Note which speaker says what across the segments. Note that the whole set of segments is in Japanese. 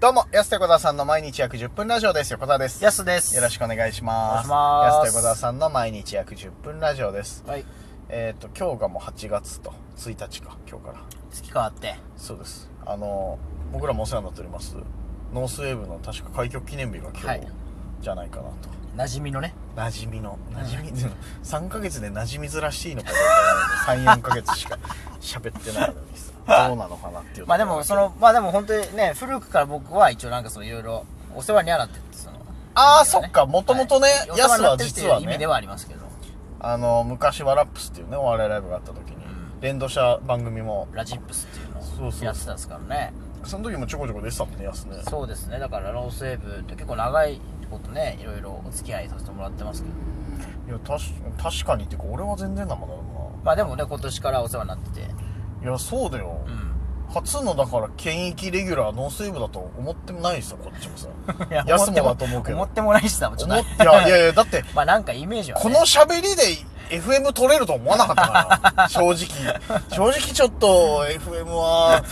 Speaker 1: どうも、安手小沢さんの毎日約10分ラジオです。横田です。
Speaker 2: やすです。
Speaker 1: よろし
Speaker 2: く。
Speaker 1: くお願いします。
Speaker 2: お願いします
Speaker 1: 安手小沢さんの毎日約10分ラジオです。
Speaker 2: はい。
Speaker 1: えっ、と、今日がもう8月と、1日か、今日から。
Speaker 2: 月変わって。
Speaker 1: そうです。あの、僕らもお世話になっております、ノースウェーブの確か開局記念日が今日、
Speaker 2: はい
Speaker 1: じゃないかなと。
Speaker 2: 馴染みのね。
Speaker 1: 馴染みの、馴染み、3ヶ 月で馴染みずらしていいのかどうか、3、4ヶ月 しか喋ってないのにさ、どうなのかなっていう。
Speaker 2: まあでも、そ、の、まあでも本当にね、古くから僕は一応なんかそういろいろお世話にはなってるその。
Speaker 1: ああ、そっか、もともとね、
Speaker 2: お世
Speaker 1: ヤ
Speaker 2: 話
Speaker 1: ス
Speaker 2: にな
Speaker 1: は
Speaker 2: ってるって
Speaker 1: 実
Speaker 2: いう
Speaker 1: は
Speaker 2: 意味
Speaker 1: ね
Speaker 2: で、はありますけど。
Speaker 1: あの昔ワラップスっていうねお笑いライブがあった時に、
Speaker 2: ん
Speaker 1: 連動した番組も
Speaker 2: ラジップスっていう
Speaker 1: そ
Speaker 2: の
Speaker 1: う
Speaker 2: を
Speaker 1: そう
Speaker 2: やってたんですからね。
Speaker 1: その時もちょこちょこ出てたもんねやすね
Speaker 2: そうですね。だからロースウェーブって結構長いことね、いろいろお付き合いさせてもらってますけど。
Speaker 1: いやたし確かにっていうか俺は全然なもんだろ
Speaker 2: まあでもね、今年からお世話になってて。
Speaker 1: うないやそうだよ、
Speaker 2: うん。
Speaker 1: 初のだから現役レギュラーノースウェーブだと思ってもないさこっちもさ
Speaker 2: い
Speaker 1: やすもだと思うけど
Speaker 2: 思ってもないしさ、ちょっ
Speaker 1: 思っ
Speaker 2: と。
Speaker 1: いやいやいやだって
Speaker 2: まあなんかイメージはね。
Speaker 1: この喋りで FM 取れると思わなかったから 正直正直ちょっと FM は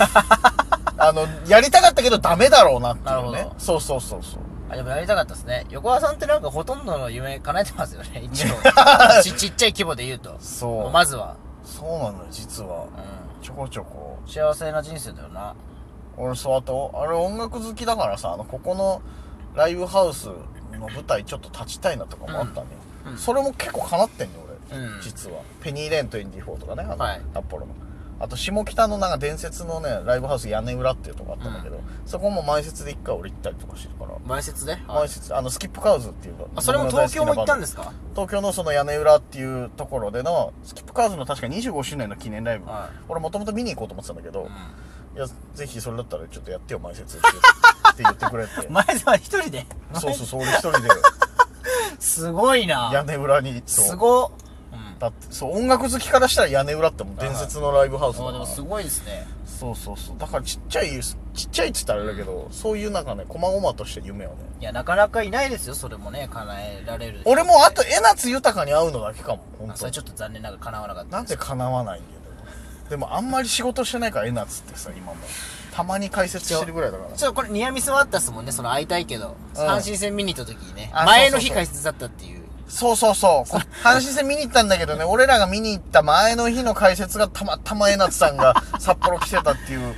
Speaker 1: あのやりたかったけどダメだろうなっていう
Speaker 2: なる
Speaker 1: ね
Speaker 2: ほど
Speaker 1: そうそうそうそう
Speaker 2: あ、でもやりたかったですね。横川さんってなんかほとんどの夢叶えてますよ ね、一応。ちちっちゃい規模で言うと。
Speaker 1: そう
Speaker 2: まずは。
Speaker 1: そうなのよ実は
Speaker 2: うん。
Speaker 1: ちょこちょこ
Speaker 2: 幸せな人生だよな。
Speaker 1: 俺そうあとあれ音楽好きだからさあのここのライブハウスの舞台ちょっと立ちたいなとかもあったんだよ、
Speaker 2: うんうん
Speaker 1: それも結構かなってんね俺、
Speaker 2: うん
Speaker 1: 実はペニーレント24とかねあの、
Speaker 2: はい
Speaker 1: 札幌のあと下北のなんか伝説のねライブハウス屋根裏っていうとこあったんだけど、そこも前説で一回俺行ったりとかしてるから、
Speaker 2: 前説で、
Speaker 1: 前説あのスキップカウズっていう
Speaker 2: あ、それも東京も行ったんですすか
Speaker 1: 東京のその屋根裏っていうところでのスキップカウズの確か25周年の記念ライブ、
Speaker 2: は
Speaker 1: 俺もともと見に行こうと思ってたんだけど、
Speaker 2: い。
Speaker 1: いや、ぜひそれだったらちょっとやってよ、前説って言って言ってく れて。
Speaker 2: 前説は一人で
Speaker 1: そうそうそう、俺一人 です
Speaker 2: ごいな。
Speaker 1: 屋根裏に、そう
Speaker 2: すご。うん。
Speaker 1: だって、そう、音楽好きからしたら屋根裏ってもう伝説のライブハウスだ
Speaker 2: そう、
Speaker 1: か
Speaker 2: で
Speaker 1: ら
Speaker 2: もすごいですね。
Speaker 1: そうそうそう。だからちっちゃい、ちっちゃいって言ったらあれだけど、そういうなんかね、細々とした夢をね。
Speaker 2: いや、なかなかいないですよ、それもね、叶えられる。
Speaker 1: 俺もあと、江夏豊に会うのだけかも、本
Speaker 2: あそ
Speaker 1: 当
Speaker 2: れちょっと残念ながら叶わなかった
Speaker 1: なんで叶わないんだよ、でも。でもあんまり仕事してないから、江夏ってさ、今も。たまに解説してるぐらいだから。
Speaker 2: ちょっとこれニアミスもあったっすもんね、その会いたいけど。阪神戦見に行った時にね。
Speaker 1: あ
Speaker 2: 前
Speaker 1: そ
Speaker 2: の
Speaker 1: うそう
Speaker 2: 日
Speaker 1: そう
Speaker 2: 解説だったっていう。
Speaker 1: そうそうそう。こ阪神戦見に行ったんだけどね、俺らが見に行った前の日の解説がたまたま江夏さんが札幌来てたっていう、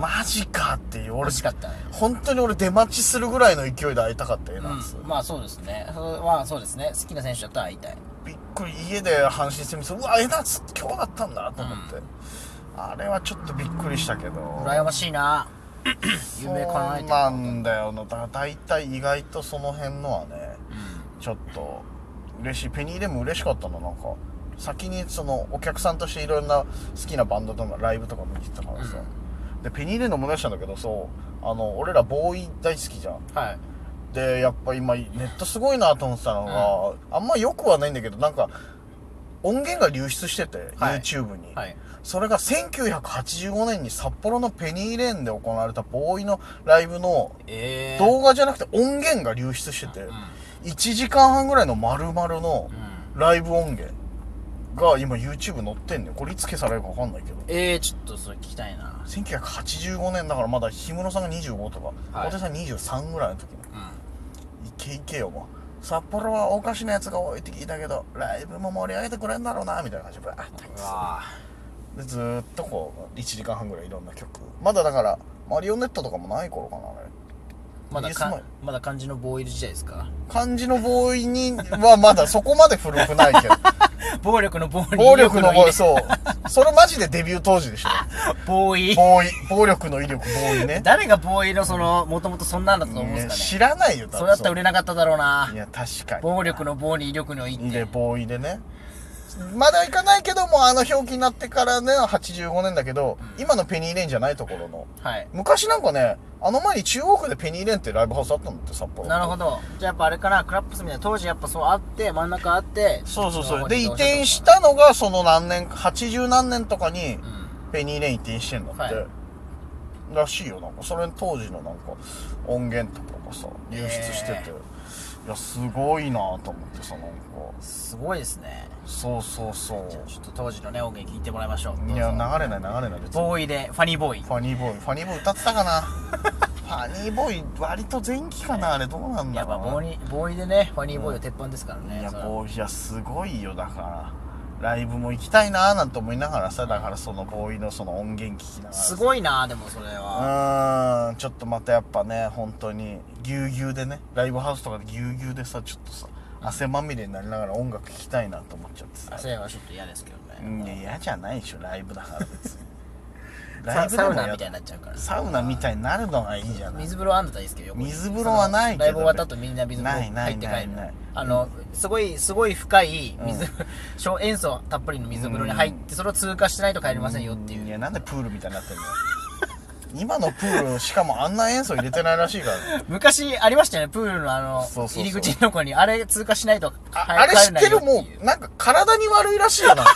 Speaker 1: マジかっていう、俺
Speaker 2: 惜しかったね。
Speaker 1: 本当に俺出待ちするぐらいの勢いで会いたかった江夏。
Speaker 2: まあそうですね。そうまあそうですね。好きな選手だったら会いたい。
Speaker 1: びっくり、家で阪神戦見て、うわ、江夏今日だったんだと思って。あれはちょっとびっくりしたけど。
Speaker 2: 羨ましい な。
Speaker 1: そ
Speaker 2: 夢叶えて
Speaker 1: う
Speaker 2: る
Speaker 1: なんだよな。だから大体意外とその辺のはね、ちょっと嬉しいペニーレも嬉しかったのなんか先にそのお客さんとしていろんな好きなバンドとかライブとか見に行ってたからさ、でペニーレの思い出したんだけどそうあの俺らボーイ大好きじゃん
Speaker 2: はい。
Speaker 1: でやっぱ今ネットすごいなと思ってたのが、あんま良くはないんだけどなんか音源が流出してて、
Speaker 2: はい
Speaker 1: YouTube に、
Speaker 2: はい。
Speaker 1: それが1985年に札幌のペニーレーンで行われたボーイのライブの
Speaker 2: ええ
Speaker 1: 動画じゃなくて音源が流出してて、1時間半ぐらいの丸々の
Speaker 2: う
Speaker 1: ライブ音源が今 YouTube 載ってんねよこれいつ消されるか分かんないけど
Speaker 2: ええちょっとそれ聞きたいな。
Speaker 1: 1985年だからまだ氷室さんが25とか
Speaker 2: はい
Speaker 1: 小手さん23ぐらいの時の
Speaker 2: うん。
Speaker 1: いけいけよもう札幌はおかしなやつが多いって聞いたけどライブも盛り上げてくれんだろうなみたいな感じでバーって
Speaker 2: うわ
Speaker 1: でずーっとこう1時間半ぐらいいろんな曲まだだからマリオネットとかもない頃かなあれ
Speaker 2: まだ
Speaker 1: イエスマ
Speaker 2: か
Speaker 1: イ、
Speaker 2: まだ漢字のボーイル時代ですか
Speaker 1: 漢字のボーイにはまだそこまで古くないけど
Speaker 2: 暴力の暴
Speaker 1: 暴力の
Speaker 2: ボ
Speaker 1: 暴そう。それマジでデビュー当時でしょ。
Speaker 2: ボーイ。
Speaker 1: ボーイ、暴力の威力、ボーイ ね。
Speaker 2: 誰がボーイのその、もともとそんなんだったと思うんです
Speaker 1: ね
Speaker 2: かね。
Speaker 1: 知らないよ、多分。
Speaker 2: それだったら売れなかっただろうない
Speaker 1: や、確かに。
Speaker 2: 暴力の棒に威力の威って
Speaker 1: で、。ボーイでね。まだいかないけども、あの表記になってからね、85年だけど、今のペニーレーンじゃないところの。
Speaker 2: はい。
Speaker 1: 昔なんかね、あの前に中央区でペニーレーンってライブハウスあったんだって、札幌。
Speaker 2: なるほど。じゃあやっぱあれかな、クラップスみたいな、当時やっぱそうあって、真ん中あって、
Speaker 1: そうそう
Speaker 2: の
Speaker 1: そう。
Speaker 2: 方
Speaker 1: で、
Speaker 2: に
Speaker 1: 移
Speaker 2: どう
Speaker 1: 転し
Speaker 2: と
Speaker 1: た
Speaker 2: か。
Speaker 1: のが、その何年、80何年とかに、
Speaker 2: うん。
Speaker 1: ペニーレン移転してんだって、
Speaker 2: はい
Speaker 1: らしいよなんかそれ当時のなんか音源とかがさ流出してて、
Speaker 2: へ
Speaker 1: いやすごいなと思ってさなんか
Speaker 2: すごいですね。
Speaker 1: そうそうそう
Speaker 2: じゃあちょっと当時のね、音源聞いてもらいましょう。どうぞ
Speaker 1: いや流れない流れない別に
Speaker 2: ボーイで、ファニーボーイ。
Speaker 1: ファニーボーイファニーボーイ歌ってたかなファァニーボーイ割と前期かなあれどうなん
Speaker 2: や
Speaker 1: だ
Speaker 2: っ
Speaker 1: ろ
Speaker 2: ぱ
Speaker 1: うな
Speaker 2: ボーニボーイでねファニーボーイは鉄板ですからね、
Speaker 1: いや
Speaker 2: それは
Speaker 1: ボーイはすごいよだからライブも行きたいなーなんて思いながらさだからそのボーイのその音源聞きながらさ
Speaker 2: すごいなでもそれ
Speaker 1: う
Speaker 2: は、
Speaker 1: ーんちょっとまたやっぱね本当にぎゅうぎゅうでねライブハウスとかでぎゅうぎゅうでさちょっとさ汗まみれになりながら音楽聴きたいなと思っちゃってさ
Speaker 2: それはちょっと嫌ですけど
Speaker 1: う
Speaker 2: ね、
Speaker 1: んいや嫌じゃないでしょライブだから別に
Speaker 2: さ サウナみた
Speaker 1: い
Speaker 2: いになっちゃうから
Speaker 1: サウナみたいになるのがいいじゃない
Speaker 2: 水風呂あんだったらいいですけど横に
Speaker 1: 水風呂はないけど
Speaker 2: ライブ終わった後みんな水風
Speaker 1: ない
Speaker 2: 呂
Speaker 1: ない
Speaker 2: 入って帰
Speaker 1: ない
Speaker 2: る
Speaker 1: ない
Speaker 2: あのすごいすごい深い水、
Speaker 1: う
Speaker 2: 小塩素たっぷりの水風呂に入ってそれを通過しないと帰りませんよっていう
Speaker 1: やなんでプールみたいになってんの今のプールしかもあんな塩素入れてないらしい からね
Speaker 2: 昔ありましたよねプールのあの
Speaker 1: そうそうそう
Speaker 2: 入り口の子にあれ通過しないと
Speaker 1: あ
Speaker 2: はい
Speaker 1: あれ知っ
Speaker 2: 帰れ
Speaker 1: てる
Speaker 2: ないよ
Speaker 1: も
Speaker 2: っていう
Speaker 1: う、なんか体に悪いらしいよ、なんか。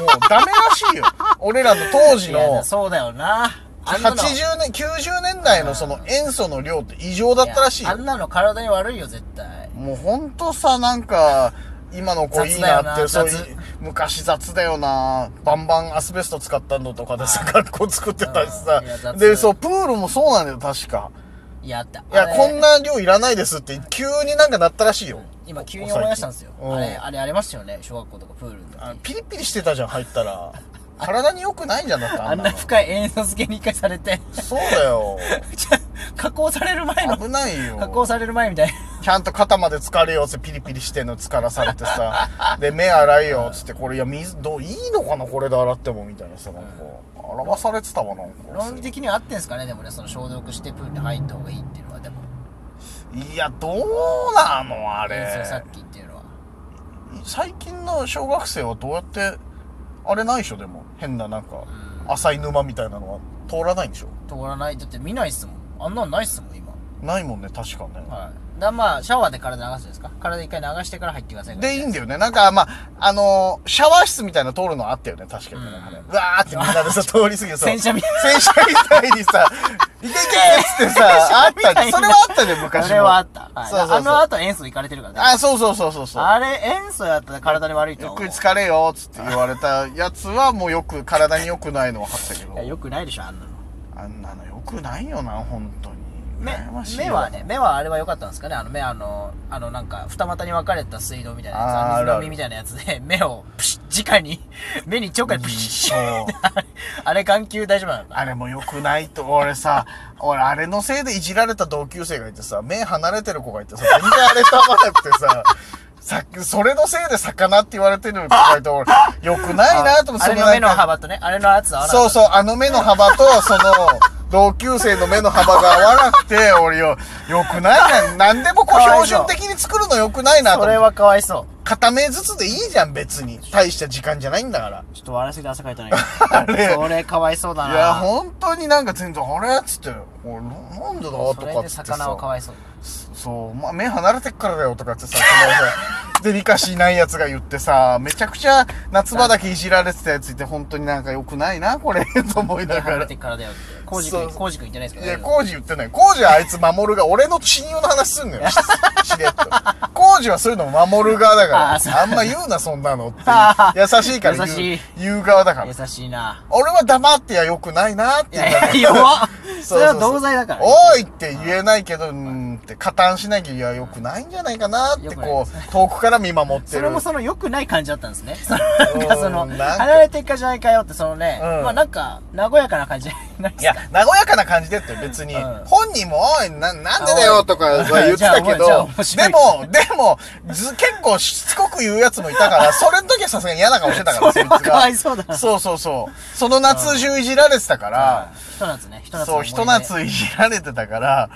Speaker 1: もうダメらしいよ。俺らの当時
Speaker 2: いや
Speaker 1: の、
Speaker 2: そうだよなあんなの
Speaker 1: 80年、90年代のその塩素の量って異常だったらしい
Speaker 2: やあ
Speaker 1: よ
Speaker 2: ん。なの体に悪いよ絶対
Speaker 1: もうほんとさ、なんか、今の子いいなって、
Speaker 2: 雑だ
Speaker 1: そ
Speaker 2: よ
Speaker 1: うい
Speaker 2: な
Speaker 1: う、昔雑だよなバンバンアスベスト使ったのとかでさ、学校作ってたし
Speaker 2: うんいや
Speaker 1: さ。
Speaker 2: 雑
Speaker 1: で、そう、プールもそうなんだよ、確か。
Speaker 2: いやあった
Speaker 1: いや、こん
Speaker 2: な
Speaker 1: な量いらないですって、急になんかなったらしいよ。
Speaker 2: 今急に思い出したんですよ
Speaker 1: ここ
Speaker 2: あ
Speaker 1: 最
Speaker 2: れ
Speaker 1: 近うん
Speaker 2: あれありましたよね小学校とかプールの時
Speaker 1: あピリピリしてたじゃん、入った ら。体に良くないんじゃなくて、
Speaker 2: あんな
Speaker 1: の
Speaker 2: 深い塩素漬けに一回されて、
Speaker 1: そうだよ。
Speaker 2: ちょ 加工される前の、
Speaker 1: 危ない
Speaker 2: 加工
Speaker 1: よ。
Speaker 2: される前みたいな。
Speaker 1: ちゃんと肩まで疲れよっつってピリピリしてんの疲らされて さ。で、目洗いよっつって、これ、いや、水、どう、いいのかなこれで洗っても、みたいなさ、なんか。洗わされてたわ、なん
Speaker 2: 論理
Speaker 1: か。
Speaker 2: 的には合ってんすかね、でもね、その消毒してプールに入った方がいいっていうのは、でも、
Speaker 1: いや、どうなのあれ
Speaker 2: 塩。素殺菌っていうのは。
Speaker 1: 最近の小学生はどうやって、あれないでしょ、でも。変な、なんか、
Speaker 2: う
Speaker 1: 浅い沼みたいなのは通らないんでしょ。
Speaker 2: 通らない、だって見ないっすもん。あんなのないっすもん、今。
Speaker 1: ないもんね、確かね。
Speaker 2: はい。だまあ、シャワーで体流すんですか体一回流してから入ってください。
Speaker 1: で、いいんだよね。なんか、まあ、あのーシャワー室みたいなの通るのあったよね、確かに。
Speaker 2: うん
Speaker 1: なんかねうわーってみんなでさ、通り過ぎてさ、
Speaker 2: 洗車みたい
Speaker 1: 洗車みたいにさ、いけいけっつってさ、あっ
Speaker 2: 洗車みた
Speaker 1: た
Speaker 2: い
Speaker 1: ね。
Speaker 2: な
Speaker 1: それはあったね、昔も。
Speaker 2: あれはあった。はい
Speaker 1: そうそうそう
Speaker 2: あの後塩素いかれてるからね。
Speaker 1: あ、そうそうそうそうそう。
Speaker 2: あれ、塩素やったら体に悪い
Speaker 1: ゆ
Speaker 2: と
Speaker 1: っ
Speaker 2: 思
Speaker 1: く
Speaker 2: う。
Speaker 1: り疲れよ、つって言われたやつは、もうよく、体に良くないの分かったけ
Speaker 2: い
Speaker 1: ど。
Speaker 2: や、よくないでしょ、あんなの。
Speaker 1: あんなの良くないよな、本当に。
Speaker 2: 目
Speaker 1: 羨ましいよ
Speaker 2: 目は。ね目はあれは良かったんですかねあの目あのあのなんか二股に分かれた水道みたいなやつ
Speaker 1: あー
Speaker 2: あの水
Speaker 1: あるあ
Speaker 2: 飲
Speaker 1: る
Speaker 2: みみたいなやつで 目をプシッ直に 目に直にプシ
Speaker 1: う
Speaker 2: ッ
Speaker 1: んそう
Speaker 2: あれ眼球大丈夫なのか
Speaker 1: あれも良くないと、俺さ、俺あれのせいでいじられた同級生がいてさ、目離れてる子がいてさ、全然あれと合わなくてさ、さそれのせいで魚って言われてる子がいて、俺、良くないなと思って、
Speaker 2: あれの目の幅とねあれの圧合わなか
Speaker 1: そう
Speaker 2: った
Speaker 1: そう、あの目の幅と、その、同級生の目の幅が合わなくて、俺 よ、良くないな。何でもこう
Speaker 2: か
Speaker 1: 標
Speaker 2: わいそ
Speaker 1: 準
Speaker 2: う
Speaker 1: 的に作るの良くないなと
Speaker 2: それ
Speaker 1: 思って。
Speaker 2: はかわいそ
Speaker 1: 片目ずつでいいじゃん、別に。大した時間じゃないんだから。
Speaker 2: うちょっと笑いすぎて汗かいたな
Speaker 1: れ
Speaker 2: 今それかわいそうだ
Speaker 1: いや、
Speaker 2: な
Speaker 1: 本当になんか全然、あれっつって、おいななんでだとかっつ
Speaker 2: そ
Speaker 1: って
Speaker 2: れで
Speaker 1: さ
Speaker 2: 魚はかわいそう
Speaker 1: そう、まあ、目離れてっからだよとかってさ、そのさ、デリカシーないやつが言ってさ、めちゃくちゃ夏場だけいじられてたやついて、本当になんか良くないな、これ、と思いなが
Speaker 2: 離
Speaker 1: ら。
Speaker 2: れ
Speaker 1: い
Speaker 2: てからだよってコージ君
Speaker 1: そう
Speaker 2: コージ君言ってないですけど
Speaker 1: や、コージ言ってない。コージはあいつ守るが、俺の親友の話すん のよ。ししれっと。コージはそういうの守る側だか
Speaker 2: あそう
Speaker 1: ら、あんま言うな、そんなの っていう。優しいから
Speaker 2: 優
Speaker 1: 言
Speaker 2: し
Speaker 1: う
Speaker 2: い
Speaker 1: 言う側だから。
Speaker 2: 優しいな
Speaker 1: 俺は黙ってや良くないなって
Speaker 2: い
Speaker 1: 言う
Speaker 2: や
Speaker 1: だから
Speaker 2: いや 弱っ
Speaker 1: そ
Speaker 2: そ
Speaker 1: そうそ
Speaker 2: う
Speaker 1: う
Speaker 2: れは同罪だから
Speaker 1: おいって言えないけど、うーんって加担しなきゃいや良くないんじゃないかなって
Speaker 2: 良くない
Speaker 1: こう、遠くから見守って
Speaker 2: そ
Speaker 1: る。
Speaker 2: れもその良くない感じだったんですね。そのなんかその、
Speaker 1: うんなんか
Speaker 2: 離れてっかじゃないかよって、そのね、
Speaker 1: うん
Speaker 2: まあなんか、和やかな感じじゃないで
Speaker 1: い
Speaker 2: す
Speaker 1: や
Speaker 2: か。、
Speaker 1: 和やかな感じでって別に、
Speaker 2: うん
Speaker 1: 本人も、おい、な、なんでだよとかは言ってたけ
Speaker 2: じゃあ
Speaker 1: ど
Speaker 2: お前、じゃ
Speaker 1: で
Speaker 2: あ
Speaker 1: も、でも、ず、結構しつこく言うやつもいたから、それの時はさすがに嫌な顔してたから、
Speaker 2: それは
Speaker 1: そいつが
Speaker 2: かわいそうだな
Speaker 1: そうそうそう。その夏中いじられてたから、
Speaker 2: ひと夏ね、ひと夏の
Speaker 1: そう、
Speaker 2: 思い出
Speaker 1: 一夏いじられてたから、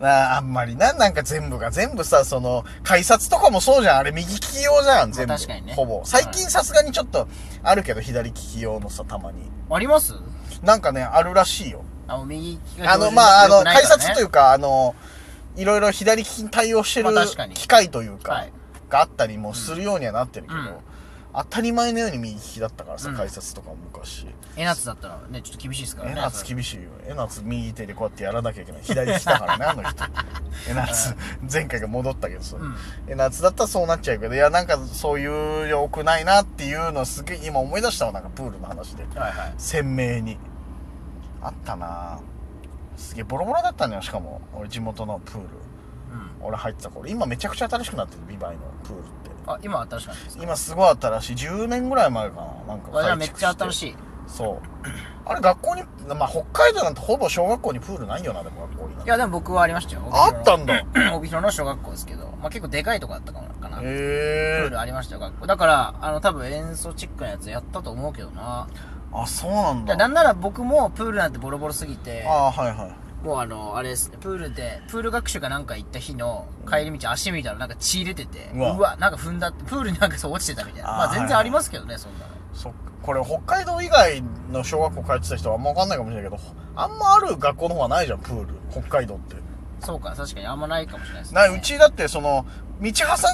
Speaker 1: なあんまりな、なんか全部が全部さ、その、改札とかもそうじゃん。あれ右利き用じゃん、全部。
Speaker 2: 確かにね
Speaker 1: ほぼ。最近さすがにちょっと、あるけど、左利き用のさ、たまに。
Speaker 2: あります
Speaker 1: なんかね、あるらしいよ。
Speaker 2: あの、右利きが
Speaker 1: あの、まあ、あの、改札といううか、あの、いろいろ左利きに対応してる
Speaker 2: まあ確かに
Speaker 1: 機械というか、
Speaker 2: はい
Speaker 1: があったりもするようにはなってるけど、
Speaker 2: うん
Speaker 1: 当たり前のように右利きだったからさ、
Speaker 2: うん
Speaker 1: 改札とかも昔。
Speaker 2: えなつだったらね、ちょっと厳しいですからね。
Speaker 1: えなつ厳しいよ。えなつ右手でこうやってやらなきゃいけない。左利きだからね、あの 人。えなつ、前回が戻ったけどさ。
Speaker 2: うん
Speaker 1: えなつだったらそうなっちゃうけど、いや、なんかそういう良くないなっていうのすげえ今思い出したわ、なんかプールの話で。
Speaker 2: はいはい。
Speaker 1: 鮮明に。あったなぁすげえボロボロだったのよしかも俺地元のプール
Speaker 2: うん
Speaker 1: 俺入ってた頃今めちゃくちゃ新しくなってるビバイのプールって
Speaker 2: あ今新しくないですか
Speaker 1: 今すごい新しい10年ぐらい前かななんか
Speaker 2: あじゃあめっちゃ新
Speaker 1: い
Speaker 2: しい
Speaker 1: そうあれ学校にまあ北海道なんてほぼ小学校にプールないよなでも学校になん
Speaker 2: い
Speaker 1: て
Speaker 2: やでも僕はありましたよ
Speaker 1: あったんだへ
Speaker 2: 帯広の帯広の小学校ですけど、まあ、結構でかいとこだったかもかな、プ
Speaker 1: え
Speaker 2: ールありましたよ学校だからあの多分演奏チックなやつやったと思うけどな
Speaker 1: あそうなん
Speaker 2: いやな
Speaker 1: だ
Speaker 2: んなら僕もプールなんてボロボロすぎて
Speaker 1: ああはいはい
Speaker 2: もうあのあれですねプールでプール学習かなんか行った日の帰り道足見たらなんか血入れてて
Speaker 1: う
Speaker 2: う
Speaker 1: わ
Speaker 2: わなんか踏んだってプールになんかそう落ちてたみたいな
Speaker 1: あー
Speaker 2: まあ全然ありますけどねそんなの
Speaker 1: そっかこれ北海道以外の小学校通ってた人はあんま分かんないかもしれないけどあんまある学校の方はないじゃんプール北海道って
Speaker 2: そうか確かにあんまないかもしれないですね
Speaker 1: ないうちだってその道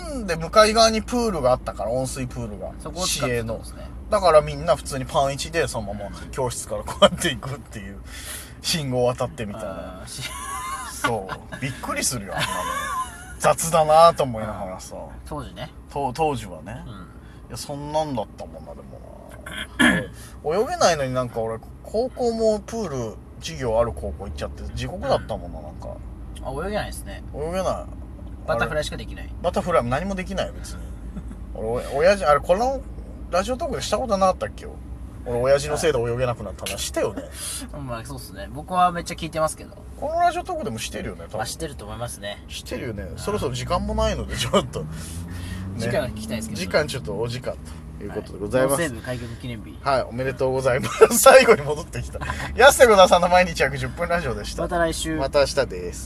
Speaker 1: 挟んで向かい側にプールがあったから温水プールが
Speaker 2: そこを使
Speaker 1: 市
Speaker 2: って
Speaker 1: 営
Speaker 2: たん
Speaker 1: の
Speaker 2: ですね
Speaker 1: だからみんな普通にパン1でそのまま教室からこうやって行くっていう信号を渡ってみたいな
Speaker 2: あーし
Speaker 1: そうびっくりするよあんなの雑だなと思いながらさ
Speaker 2: 当時ね
Speaker 1: と当時はね
Speaker 2: うん
Speaker 1: いやそんなんだったもんなでもな泳げないのになんか俺高校もプール授業ある高校行っちゃって地獄だったもんななんか
Speaker 2: あ泳げないですね
Speaker 1: 泳げない
Speaker 2: バタフ
Speaker 1: イ
Speaker 2: ライしかできない
Speaker 1: バタフライも何もできないよ別に俺お親父あれこのラジオトークでしたことなかったっけよ俺親父のせいで泳げなくなった話してよね
Speaker 2: うんまあそうっすね僕はめっちゃ聞いてますけど
Speaker 1: このラジオトークでもしてるよね多
Speaker 2: まあ
Speaker 1: 分
Speaker 2: 知ってると思いますね
Speaker 1: してるよねそろそろ時間もないのでちょっと、ね
Speaker 2: 時間が聞きたいですけど
Speaker 1: 時間ちょっとお時間ということでございます、
Speaker 2: 西部開局記念日
Speaker 1: はい、おめでとうございます。最後に戻ってきた。安瀬小田さんの毎日約10分ラジオでした。
Speaker 2: また来週
Speaker 1: また明日です。